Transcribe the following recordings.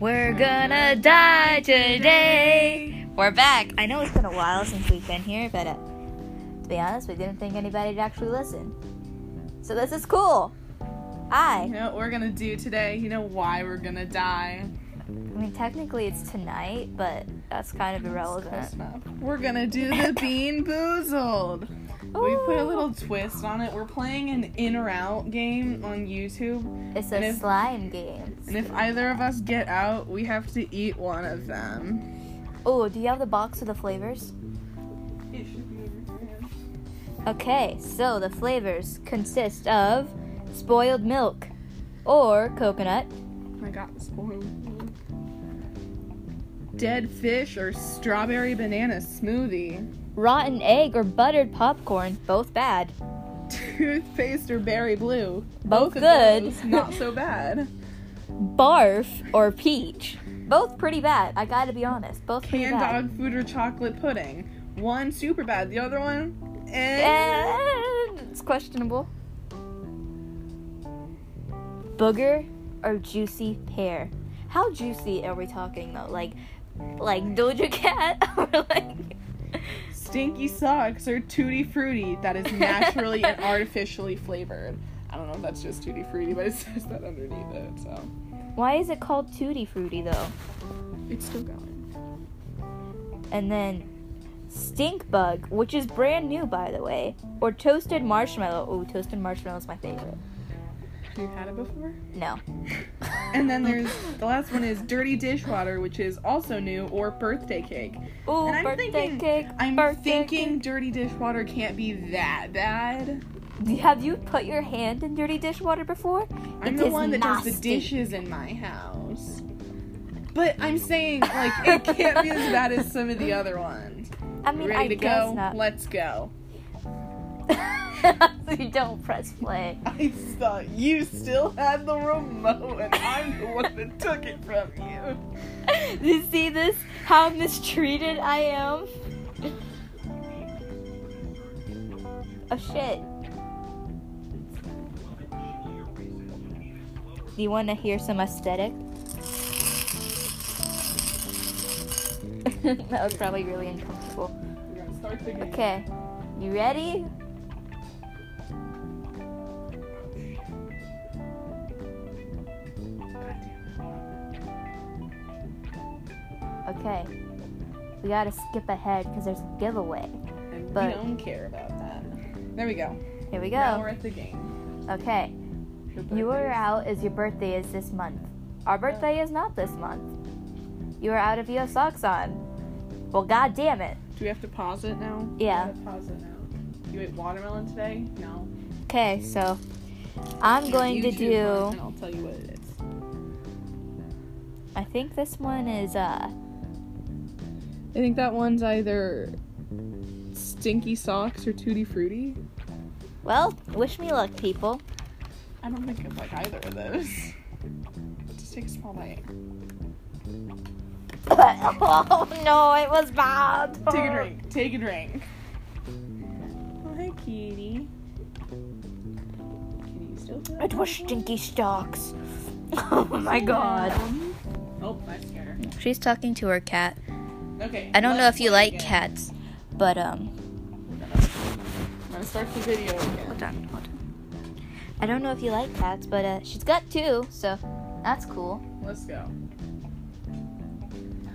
We're gonna die today. We're back. I know it's been a while since we've been here, but uh, to be honest, we didn't think anybody'd actually listen. So this is cool. I. You know what we're gonna do today? You know why we're gonna die? I mean, technically it's tonight, but that's kind of Close irrelevant. enough. We're gonna do the Bean Boozled. We put a little twist on it. We're playing an in or out game on YouTube, It's and a if- slime game. and if either of us get out, we have to eat one of them. Oh, do you have the box with the flavors? It should be Okay, so the flavors consist of spoiled milk or coconut, I got spoiled. Dead fish or strawberry banana smoothie. rotten egg or buttered popcorn, both bad. Toothpaste or berry blue. Both of good. those, not so bad. Barf or peach, both pretty bad. I gotta be honest, both pretty Canned bad. dog food or chocolate pudding. One super bad. The other one, eh. And it's questionable. Booger or juicy pear? How juicy are we talking though? Like, like Doja Cat or like? Stinky socks or tutti frutti that is naturally and artificially flavored. I don't know if that's just tutti frutti, but it says that underneath it. So Why is it called Tutti Frutti though? it's still going. and then stink bug, which is brand new by the way, or toasted marshmallow. Ooh, toasted marshmallow is my favorite. Have you had it before? No. And then there's the last one is dirty dishwater, which is also new, or birthday cake. Ooh, and I'm birthday thinking, cake. I'm birthday thinking dirty dishwater can't be that bad. cake. Have you put your hand in dirty dishwater before? I'm It the is one that does the nasty. dishes in my house. But I'm saying like it can't be as bad as some of the other ones. I mean, Ready I to guess go? not. Let's go. So you don't press play. I thought you still had the remote, and I'm the one that took it from you. you see this? How mistreated I am. Oh shit. Do you want to hear some aesthetic? that was probably really uncomfortable. We're gonna start the game. Okay, you ready? Okay, we gotta skip ahead because there's a giveaway. And But- we don't care about that. There we go. Here we Now we're go. at the game. Okay, Your you are birthdays. out as your birthday is this month. Our birthday is not this month. You are out if you have socks on. Well, god damn it. Do we have to pause it now? Yeah. We have to Pause it now. You ate watermelon today? No. Okay, so I'm going to You choose do. one, And I'll tell you what it is. I think this one is uh I think that one's either stinky socks or tutti frutti. well, wish me luck, people. I don't think I like either of those. Just take a small bite. oh no, it was bad. Take a drink. Take a drink. Oh, hi, kitty. Kitty, you still there? It was stinky stalks. Oh my god. Um, Oh, I scared She's talking to her cat. her. Okay. I don't know let's if you play like again. cats, but um I'm gonna start the video again. on, hold on. I don't know if you like cats, but uh she's got two, so that's cool. Let's go.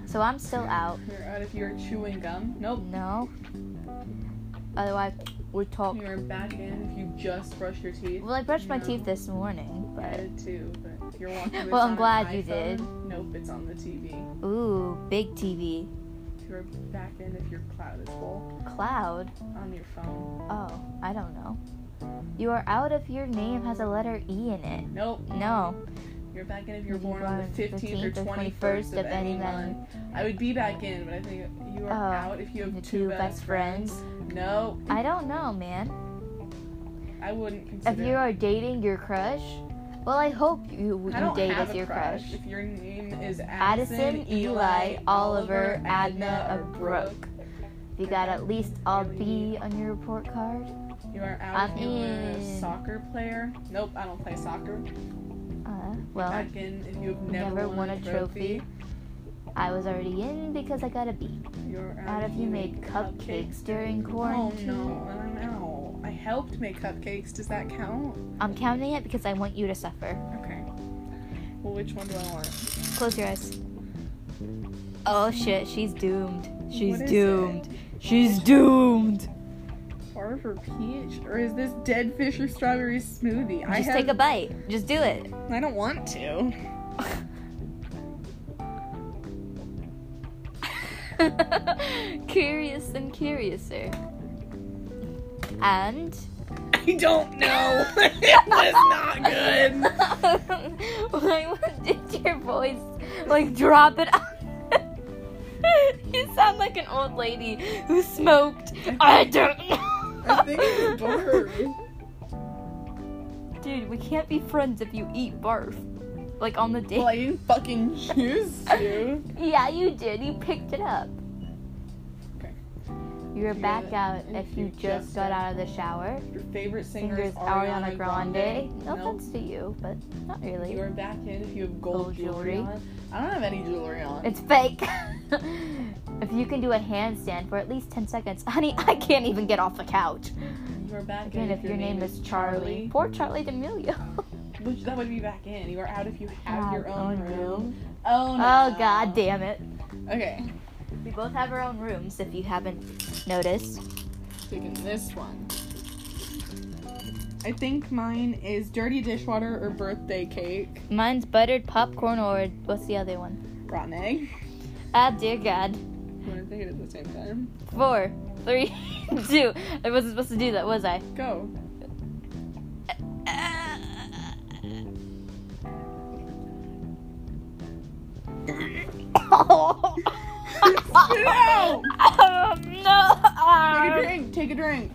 So I'm still out. You're out if you're chewing gum. Nope. No. Otherwise we talk You're back in if you just brushed your teeth. Well I brushed my No. teeth this morning, I but did too, but if you're watching this Well, I'm on an glad you iPhone, did. Nope, it's on the TV. ooh, big TV. If you're back in if your cloud is full Cloud. on your phone. Oh, I don't know. You are out if your name has a letter E in it. Nope. No. You're back in if you're born on the 15th or 21st, of, any month. I would be back in, but I think you are Oh, out if you the have two two best best friends. friends. No, I don't know, man. I wouldn't If consider. you are dating your crush, well, I hope you, I you don't date have with a your crush. If your name is Addison, Addison, Eli, Oliver, Adna, or Brooke. You got at least a B on your report card. You are I'm out if you were a in. soccer player. Nope, I don't play soccer. Uh, well, back in if you've never, never, won a trophy. I was already in because I got a B. You're Out of you made cupcakes during Oh quarantine. no, I don't know. I helped make cupcakes. Does that count? I'm counting it because I want you to suffer. Okay. Well, which one do I want? Close your eyes. Oh shit, she's doomed. She's What is doomed. She's doomed. Barf or peach? Or is this dead fish or strawberry smoothie? I Just have, take a bite. Just do it. I don't want to. Curious and curiouser. And I don't know. it was not good. Why did your voice like drop it? you sound like an old lady who smoked. I don't know. I think it's barf. Dude, we can't be friends if you eat barf. Like on the date. Well, I didn't fucking choose to. yeah, you did. You picked it up. Okay. You're Yeah, back out and if you just got out of the shower. Your favorite singer Fingers is Ariana, Grande. No Nope. offense to you, but not really. You are back in if you have gold, Gold jewelry. jewelry. on. I don't have any jewelry on. It's fake. if you can do a handstand for at least 10 seconds, honey, I can't even get off the couch. you are back Again, in if your name is Charlie. Poor Charlie D'Amelio. Which that would be back in. You are out if you have Have your own own room. room. Oh no. Oh, god damn it. Okay, We both have our own rooms if you haven't noticed. taking this one. I think mine is dirty dishwater or birthday cake. Mine's buttered popcorn or what's the other one? Rotten egg. Ah, dear god. We're gonna think it at the same time. Four, three, two. I wasn't supposed to do that, was I? Go. Oh. Spit it out! Oh, Take a no! drink. Take a drink.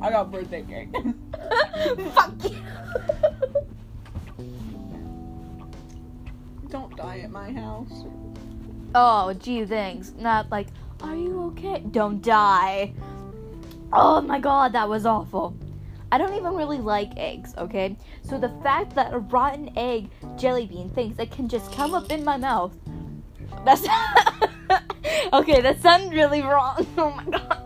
I got birthday cake. Fuck you! Don't die at my house. Oh, gee, thanks. Not like, are you okay? Don't die. Oh my god, that was awful. I don't even really like eggs, okay? So the fact that a rotten egg jelly bean thinks it can just come up in my mouth. That's. okay, that sounded really wrong. Oh my god.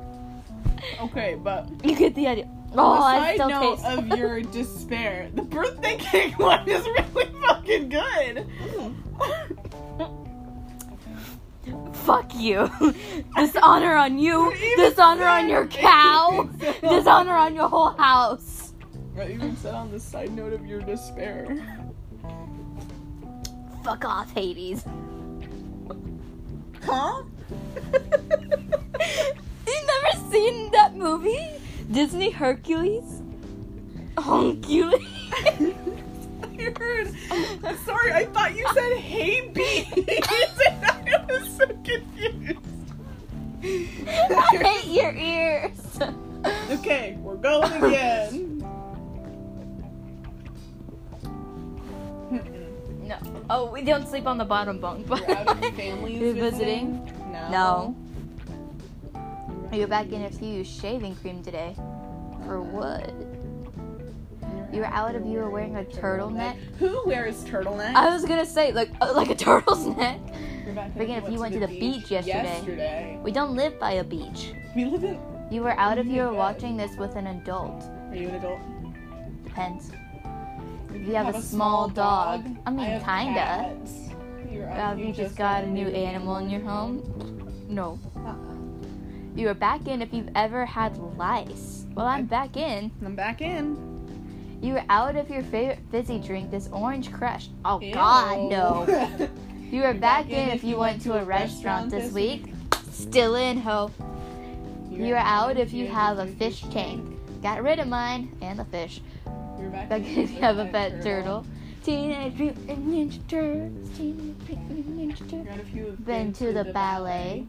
Okay, but You get the idea. Oh, on I the side still note taste of your despair, the birthday cake one is really fucking good. Mm. Fuck you. Dishonor on you. Dishonor on your cow. Dishonor on your whole house. I even said on the side note of your despair. Fuck off, Hades. Huh? you never seen that movie? Disney Hercules? Hercules? I heard. I'm sorry, I thought you said hey bees, and I was so confused. I hate your ears. Okay, we're going again. Mm-mm. No. Oh, we don't sleep on the bottom bunk. But You're out of families You're visiting? visiting? No. You're back in if you use shaving cream today. Or what? You're out if you were wearing a turtleneck. Who wears turtleneck? I was gonna say like uh, like a turtle's neck. You're back in Forget if you went to the beach yesterday. yesterday. We don't live by a beach. We live in. You were out if you were Yeah. watching this with an adult. Are you an adult? Depends. If you have a small dog, I mean, have kinda. cats. You're out Uh, if you just got a new animal in your home. No. Uh-uh. You are back in if you've ever had lice. Well, I'm back in. I'm back in. You are out if your favorite fizzy drink is Orange Crush. Oh, God, Ew. no. You are back, back in if you went to a restaurant this week. Still in, ho. You're, You are out if you have a fish tank. Got rid of mine and the fish. You're back, Back in if you have a pet turtle. Teenage Mutant Ninja Turtles. Teenage Mutant Ninja Turtles. You're out if you have Been to the ballet.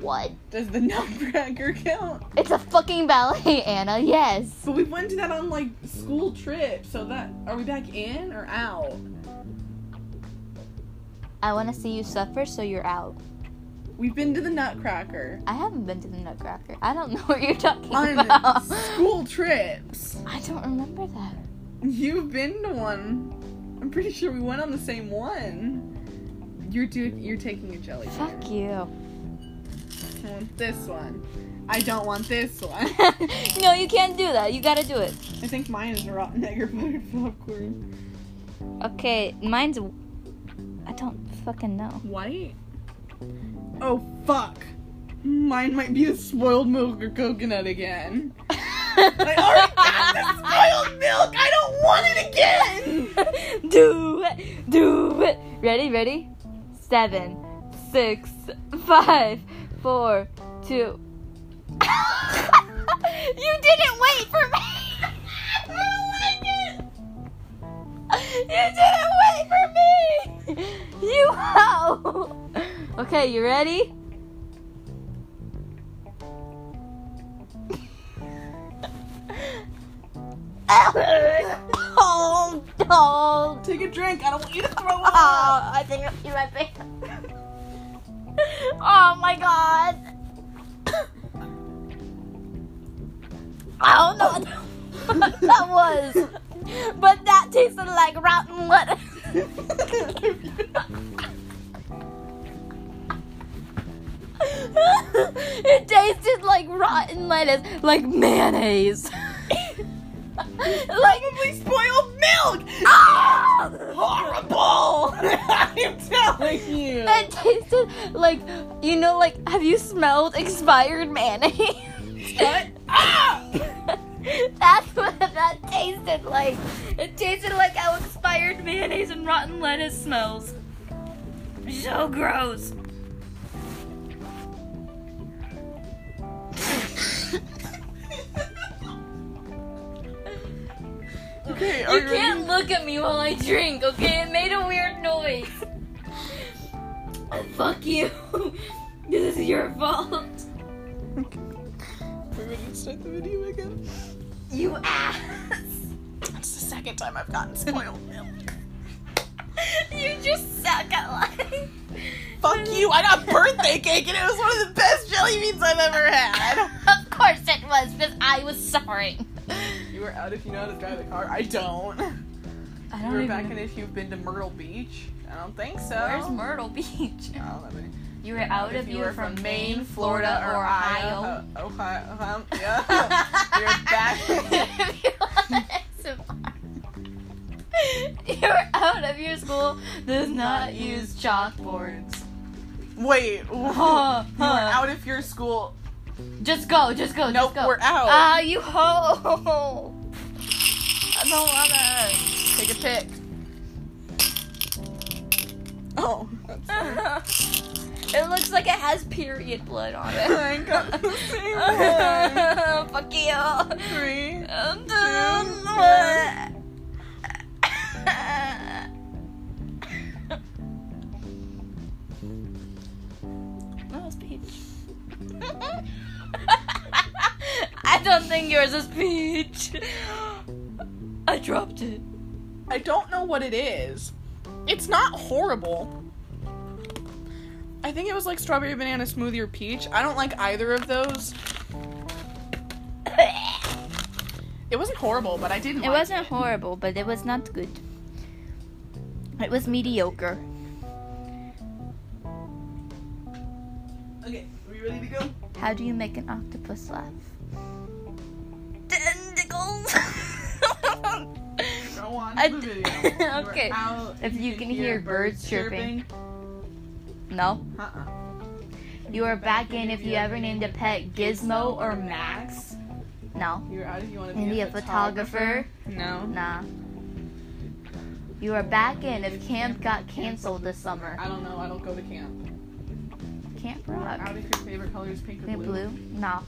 What? Does the nutcracker count? It's a fucking ballet, Anna. Yes. But we went to that on like school trip, so that are we back in or out? I want to see you suffer, so you're out. We've been to the Nutcracker I haven't been to the Nutcracker. I don't know what you're talking on about. school trips. I don't remember that. You've been to one. I'm pretty sure we went on the same one. You're doing. You're taking a jelly. Fuck you. I want this one. I don't want this one. no, you can't do that. You gotta do it. I think mine is rotten egg or buttered popcorn. Okay, mine's. I don't fucking know. White. Oh fuck. Mine might be the spoiled milk or coconut again. I already got the spoiled milk. I don't want it again. do it. Do it. Ready? Ready? Seven, six, five, four, two. you didn't wait for me. I like it. You didn't wait for me. You hoe. Okay, you ready? oh, oh, Take a drink. I don't want you to throw Oh, up. I think I see my face. oh my god. I don't know what Oh, that was, but that tasted like rotten lettuce. it tasted like rotten lettuce, like mayonnaise. like Probably spoiled milk. ah! Horrible. I'm telling you. It tasted like you know, like have you smelled expired mayonnaise? Shut up. That's what that tasted like. It tasted like how expired mayonnaise and rotten lettuce smells. So gross. Okay, are You you, ready? can't look at me while I drink, okay? It made a weird noise. Oh, fuck you. this is your fault. We're ready to start the video again. You ass. That's the second time I've gotten spoiled milk. you just suck at life. Fuck you! I got birthday cake and it was one of the best jelly beans I've ever had. of course it was, because I was suffering. You were out if you know how to drive the car. I don't. I You were even back know- in if you've been to Myrtle Beach. I don't think so. Where's Myrtle Beach? I don't know. You were out If if you were from Maine, Florida, Florida, or Ohio. Ohio, Ohio, Ohio, yeah. You're back. If you want SMR. You were out of your school. Does not use chalkboards. Wait, Huh, you were huh. out if your school. Just go, just go, Nope, just go. we're out. Ah, you hoe! I don't want that. Take a pic. Oh, that's it looks like it has period blood on it. I got the same one. Fuck you. Three. Um, No, it's peach. I don't think yours is peach. I dropped it. I don't know what it is. It's not horrible. I think it was like strawberry banana smoothie or peach. I don't like either of those. It It wasn't horrible, but I didn't. like wasn't horrible, but it was not good. It was mediocre. Okay, are we ready to go? How do you make an octopus laugh? Tentacles. Go on I to the d- video. We're okay. out. If you can hear birds chirping. no. Uh-uh. You are back in if you ever named a pet Gizmo or Max. No. You're out if you want to be Maybe a photographer. No. Nah. You are back in if camp got canceled this summer. I don't know. I don't go to camp. Camp Out Rock. if your favorite color is pink or Camp blue. Blue. Nah.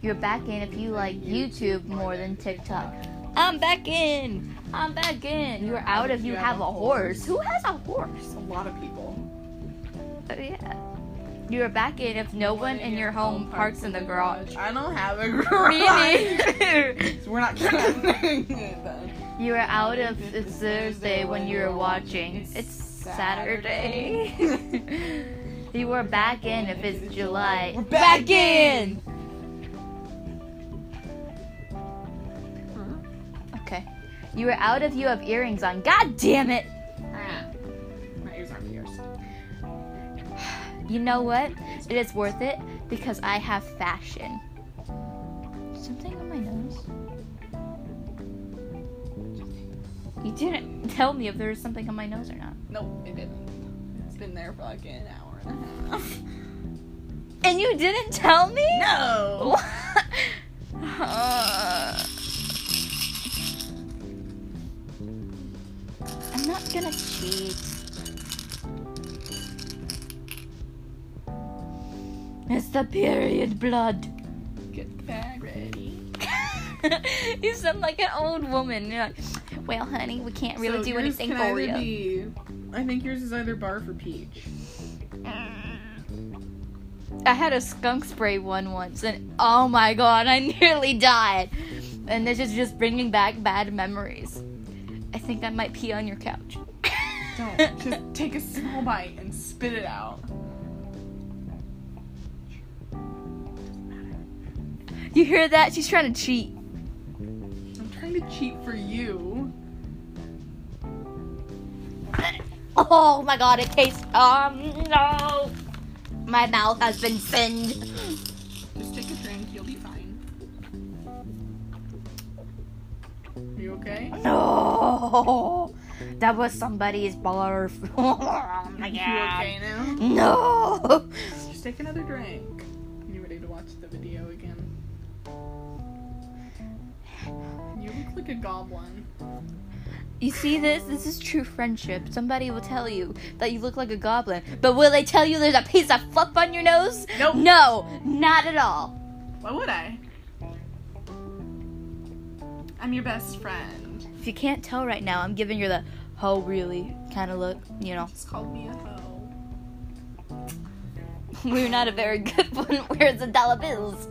You're back in if you like YouTube more than TikTok. I'm back in. I'm back in. You're out if you have a horse. Who has a horse? A lot of people. Oh, yeah. You're back in if no one in your home parks in the garage. I don't have a Me garage. neither. We're not counting it then. You are out of it's Thursday when you are watching. It's Saturday. you are back in if it's July. We're back in! Okay. You were out if you have earrings on. God damn it! Ah, my ears are pierced. You know what? It is worth it because I have fashion. Something on my nose? You didn't tell me if there was something on my nose or not. Nope, it didn't. It's been there for like an hour and a half. And you didn't tell me? No. Uh, I'm not gonna cheat. It's the period blood. Get the bag ready. you sound like an old woman. You're like, well, honey, we can't really So do yours anything can for either you. be- I think yours is either bar for peach. I had a skunk spray one once, and oh my god, I nearly died. And this is just bringing back bad memories. I think I might pee on your couch. Don't. Just take a small bite and spit it out. you hear that? She's trying to cheat. I'm trying to cheat for you. Oh my god, it tastes. Um, no! My mouth has been thinned. Just take a drink, you'll be fine. You okay? No! That was somebody's barf. oh my god. You okay now? No! Just take another drink. You ready to watch the video again? You look like a goblin. You see this? This is true friendship. Somebody will tell you that you look like a goblin, but will they tell you there's a piece of fluff on your nose? Nope. No, not at all. Why would I? I'm your best friend. If you can't tell right now, I'm giving you the ho really kind of look, you know. Just called me a hoe. We're not a very good one. Where's the dollar bills?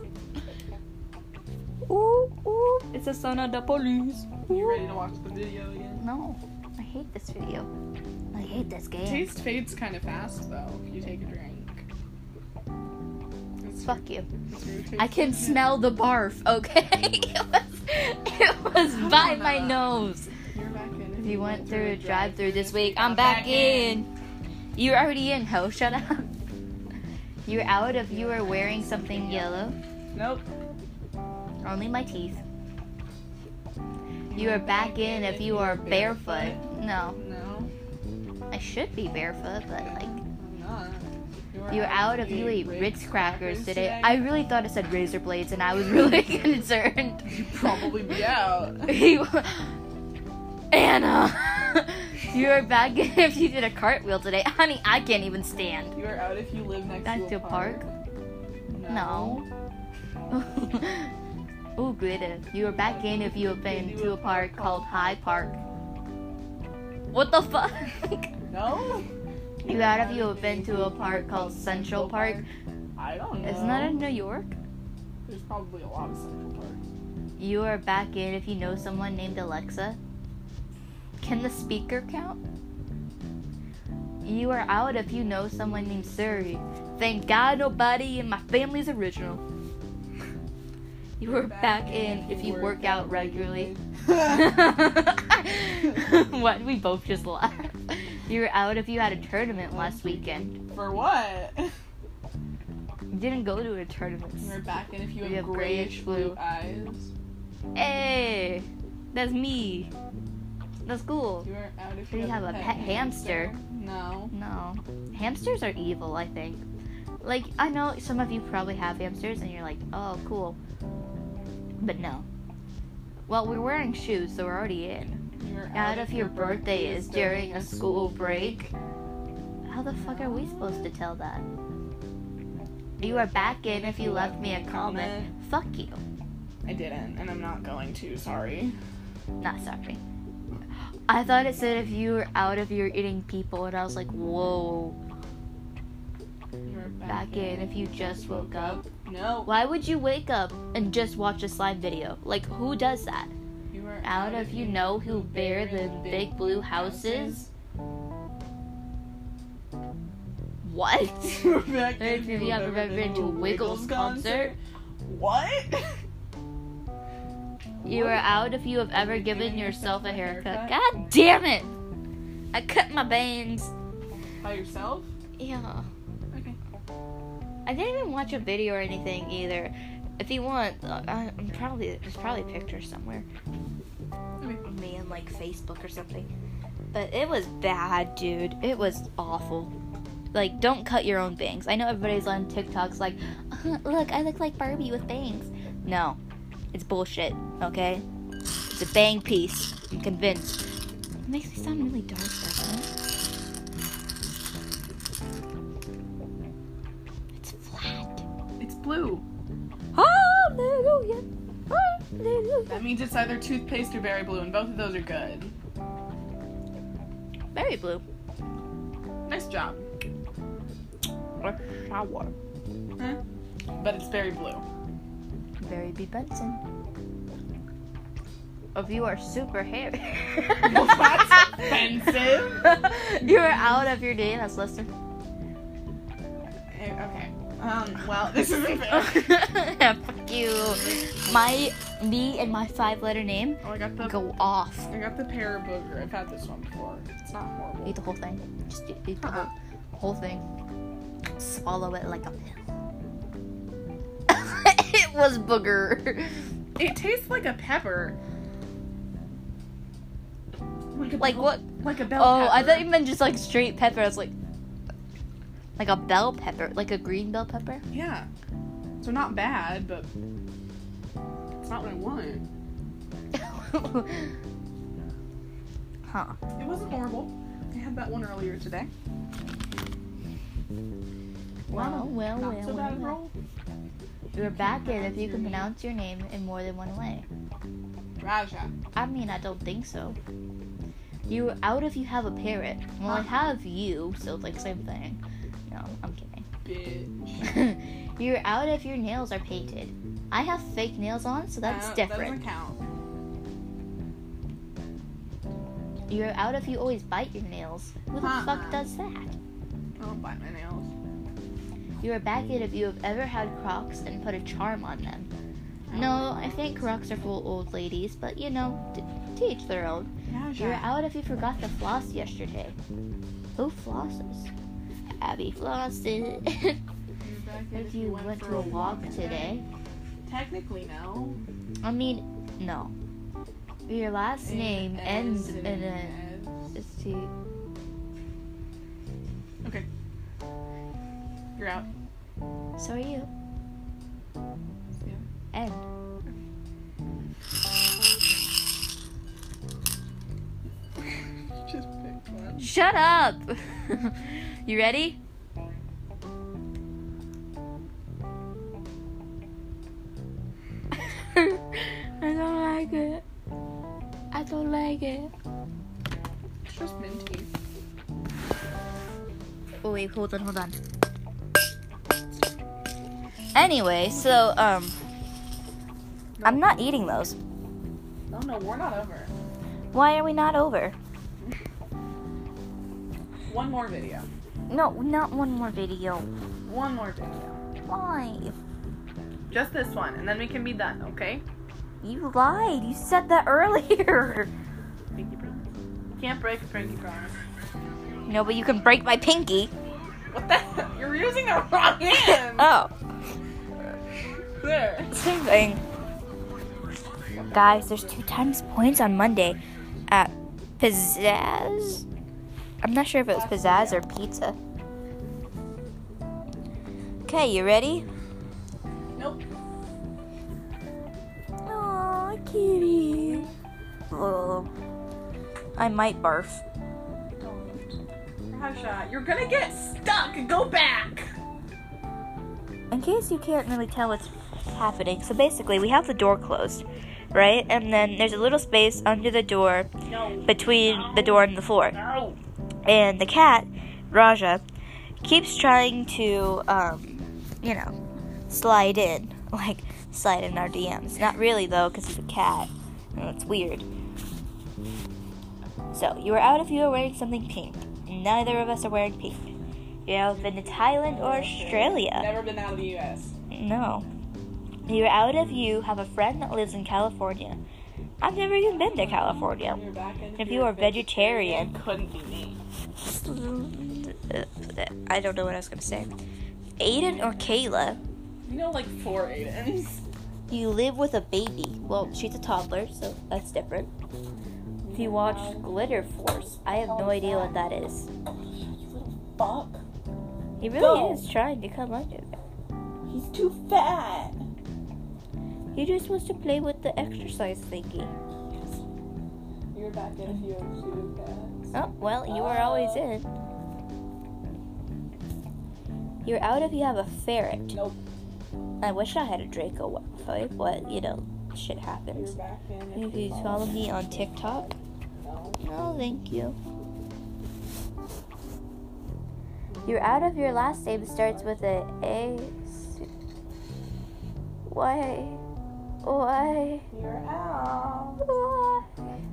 Ooh, ooh, it's a son of the police. You ready to watch the video again? No, I hate this video. I hate this game. Taste fades kind of fast though if you take a drink. It's- Fuck you. it's your taste I can buds. smell the barf, okay? it was, it was Come by on, my Ella. nose. You're back in. If you went through a drive-thru, drive through this week, I'm back in. You're already in, ho. Shut up. You're out if you were wearing something yellow. Nope. Only my teeth. You are back in if you are barefoot. No, No. I should be barefoot, but like. I'm not. You're out if you ate ate Ritz crackers today. I really thought it said razor blades and I was really concerned. You probably be out. He- Anna! you are back in if you did a cartwheel today. Honey, I can't even stand. You are out if you live next Back to a to a park? No. oh, glitter. You were back in if you had been to a park called High Park. What the fuck? No. you out if you have been to a park called Central Park. I don't know. Isn't that in New York? There's probably a lot of Central Park. You are back in if you know someone named Alexa. Can the speaker count? You are out if you know someone named Siri. Thank God nobody in my family's original. You are back in if you work out regularly. what? We both just laughed. You were out if you had a tournament last weekend. For what? You didn't go to a tournament. You're back in if you You have have grayish grayish blue blue. eyes. Hey, that's me. That's cool. You are out if Do you you have a pet hamster? No. No. Hamsters are evil, I think. Like, I know some of you probably have hamsters and you're like, oh, cool. But no. Well, we're wearing shoes, so we're already in. You're Out if your birthday is during a school break. How the fuck are we supposed to tell that? You are back in if you left me a comment. Fuck you. I didn't, and I'm not going to. Sorry. Not sorry. I thought it said if you were out if you were eating people, and I was like, whoa. You're Back in if you just woke up. No. Why would you wake up and just watch a slime video? Like, who does that? You are Out if you know who bear the big blue houses? What? You're back If in. you have ever been to a Wiggles concert? What? You are out if you have ever given yourself a haircut. God damn it! I cut my bangs. By yourself? Yeah. Okay. I didn't even watch a video or anything either. If you want, uh, I- I'm probably there's probably pictures somewhere. Okay. of Me on like Facebook or something. But it was bad, dude. It was awful. Like, don't cut your own bangs. I know everybody's on TikToks like, "Uh-huh, look, I look like Barbie with bangs. No, it's bullshit. Okay, it's a bang piece. I'm convinced. It makes me sound really dark, doesn't it? It's flat. It's blue. Hallelujah. Hallelujah. That means it's either toothpaste or berry blue, and both of those are good. Very blue. Nice job. Or shower. Huh? But it's berry blue. Barry B. Benson. If you are super hairy. Well, that's offensive. You are out of your day, that's Lester. Eh, Okay. Um, well, this isn't fair. Fuck you. My, me and my five letter name Oh, I got the go off. I got the pear booger. I've had this one before. It's not horrible. Eat the whole thing. Just eat, eat the Uh-uh. whole, whole thing. Swallow it like a pill. it was booger. It tastes like a pepper. Like, a Like bell- what? Like a bell Oh, pepper. I thought you meant just like straight pepper. I was like, like a bell pepper, like a green bell pepper. Yeah. So not bad, but it's not what I want. huh. It wasn't horrible. I had that one earlier today. Well, well, not well, so bad well. roll. You're back in if you can pronounce your name in more than one way. Raja. I mean, I don't think so. You're out if you have a parrot. Well, I have you, so it's like same thing. No, I'm kidding. Bitch. You're out if your nails are painted. I have fake nails on, so that's Uh, That different. doesn't count. You're out if you always bite your nails. Who the fuck Uh-uh. does that? I don't bite my nails. You are back in if you have ever had Crocs and put a charm on them. No, I think Crocs are for old ladies, but you know, t- to each their own. Raja. You're out if you forgot to floss yesterday. Who flosses? Abby flosses. You're back in if you went for to a walk today. Technically, no. I mean, no. Your last name ends in a. an Let's see. Okay. You're out. So are you. Yeah. End. Just picked one. Shut up! you ready? I don't like it. I don't like it. It's just minty. Oh, wait, hold on, hold on. Anyway, so, um, I'm not eating those. No, no, we're not over. Why are we not over? One more video. No, not one more video. One more video. Why? Just this one, and then we can be done, okay? You lied. You said that earlier. Pinky promise. Can't break a pinky promise. No, but you can break my pinky. What the? You're using the wrong hand! Oh. there. Same thing. Guys, there's two times points on Monday at Pizzazz. I'm not sure if it was Pizzazz or Pizza. Okay, you ready? Nope. Aw, kitty. Oh, I might barf. Rasha, you're gonna get stuck! Go back! in case you can't really tell what's happening, so basically we have the door closed, right? And then there's a little space under the door No. between the door and the floor. No. And the cat, Raja, keeps trying to, um, you know, slide in, like slide in our DMs. Not really though, because he's a cat, and it's weird. So you were out if you were wearing something pink. Neither of us are wearing pink. You know, been to Thailand or Australia. Never been out of the US. No. You're out if you have a friend that lives in California I've never even been to California. You're back in If here, you are bitch. vegetarian, couldn't be me. I don't know what I was gonna say. Aiden or Kayla, You know, like four Aidens. do you live with a baby? Well, she's a toddler, so that's different. Do you watch Glitter Force? I have no idea what that is. Fuck. He really Go. is trying to come under there. He's too fat. He just wants to play with the exercise thingy. You're back in if you are too fat. Oh, well, you are always in. You're out if you have a ferret. Nope. I wish I had a Draco wife, but you know, shit You're happens. back in If if you you follow me on TikTok, No. no, thank you. You're out if your last name starts with a A. S- Why? Why? You're out.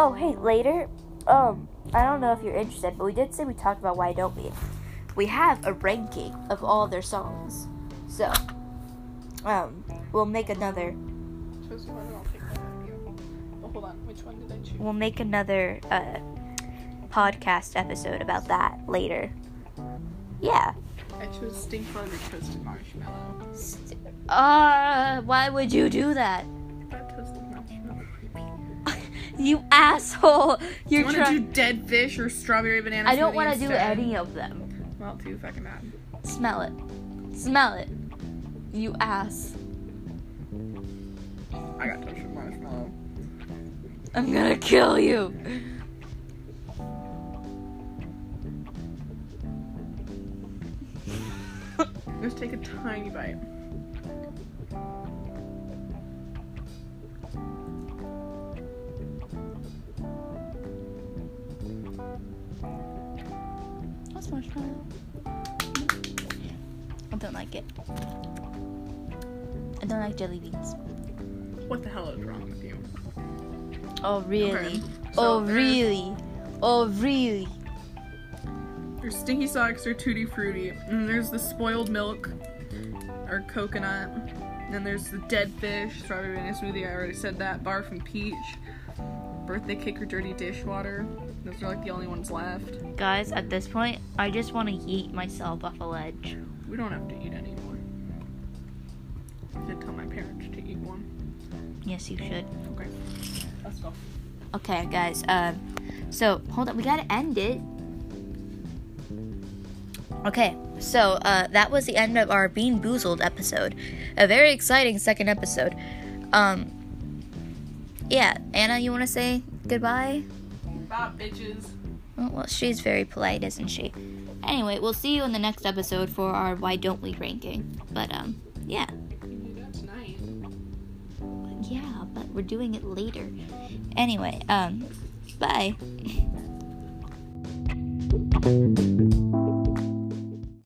Oh, hey, later. Um, I don't know if you're interested, but we did say we talked about why don't we? We have a ranking of all their songs, so um, we'll make another. Choose one and I'll take that out of you. Oh, hold on. Which one did I choose? We'll make another uh, podcast episode about that later. Yeah. I chose stink bug or toasted marshmallow. Uh, why would you do that? I thought toasted marshmallow You asshole! You You're want to do trying. dead fish or strawberry banana I don't smoothie want to do instead? any of them. Well, too fucking bad. Smell it. Smell it. You ass. I got toasted marshmallow. I'm gonna kill you. Just take a tiny bite. That's marshmallow. I don't like it. I don't like jelly beans. What the hell is wrong with you? Oh really? so mm. oh there's- really? Oh really? There's stinky socks or tutti frutti, and there's the spoiled milk or coconut, then there's the dead fish, strawberry banana smoothie. I already said that. Barf and peach, birthday cake or dirty dishwater. Those are like the only ones left. Guys, at this point, I just want to yeet myself off a ledge. We don't have to eat anymore. I did tell my parents to eat one. Yes, you should. Okay, let's go. Okay, guys. Um, so hold on, we gotta end it. Okay, so uh, that was the end of our Bean Boozled episode. A very exciting second episode. Um, yeah, Anna, you want to say goodbye? Bye, bitches. Well, well, she's very polite, isn't she? Anyway, we'll see you in the next episode for our why don't we ranking. But um, yeah, You do that tonight. yeah, but we're doing it later. Anyway, um, bye.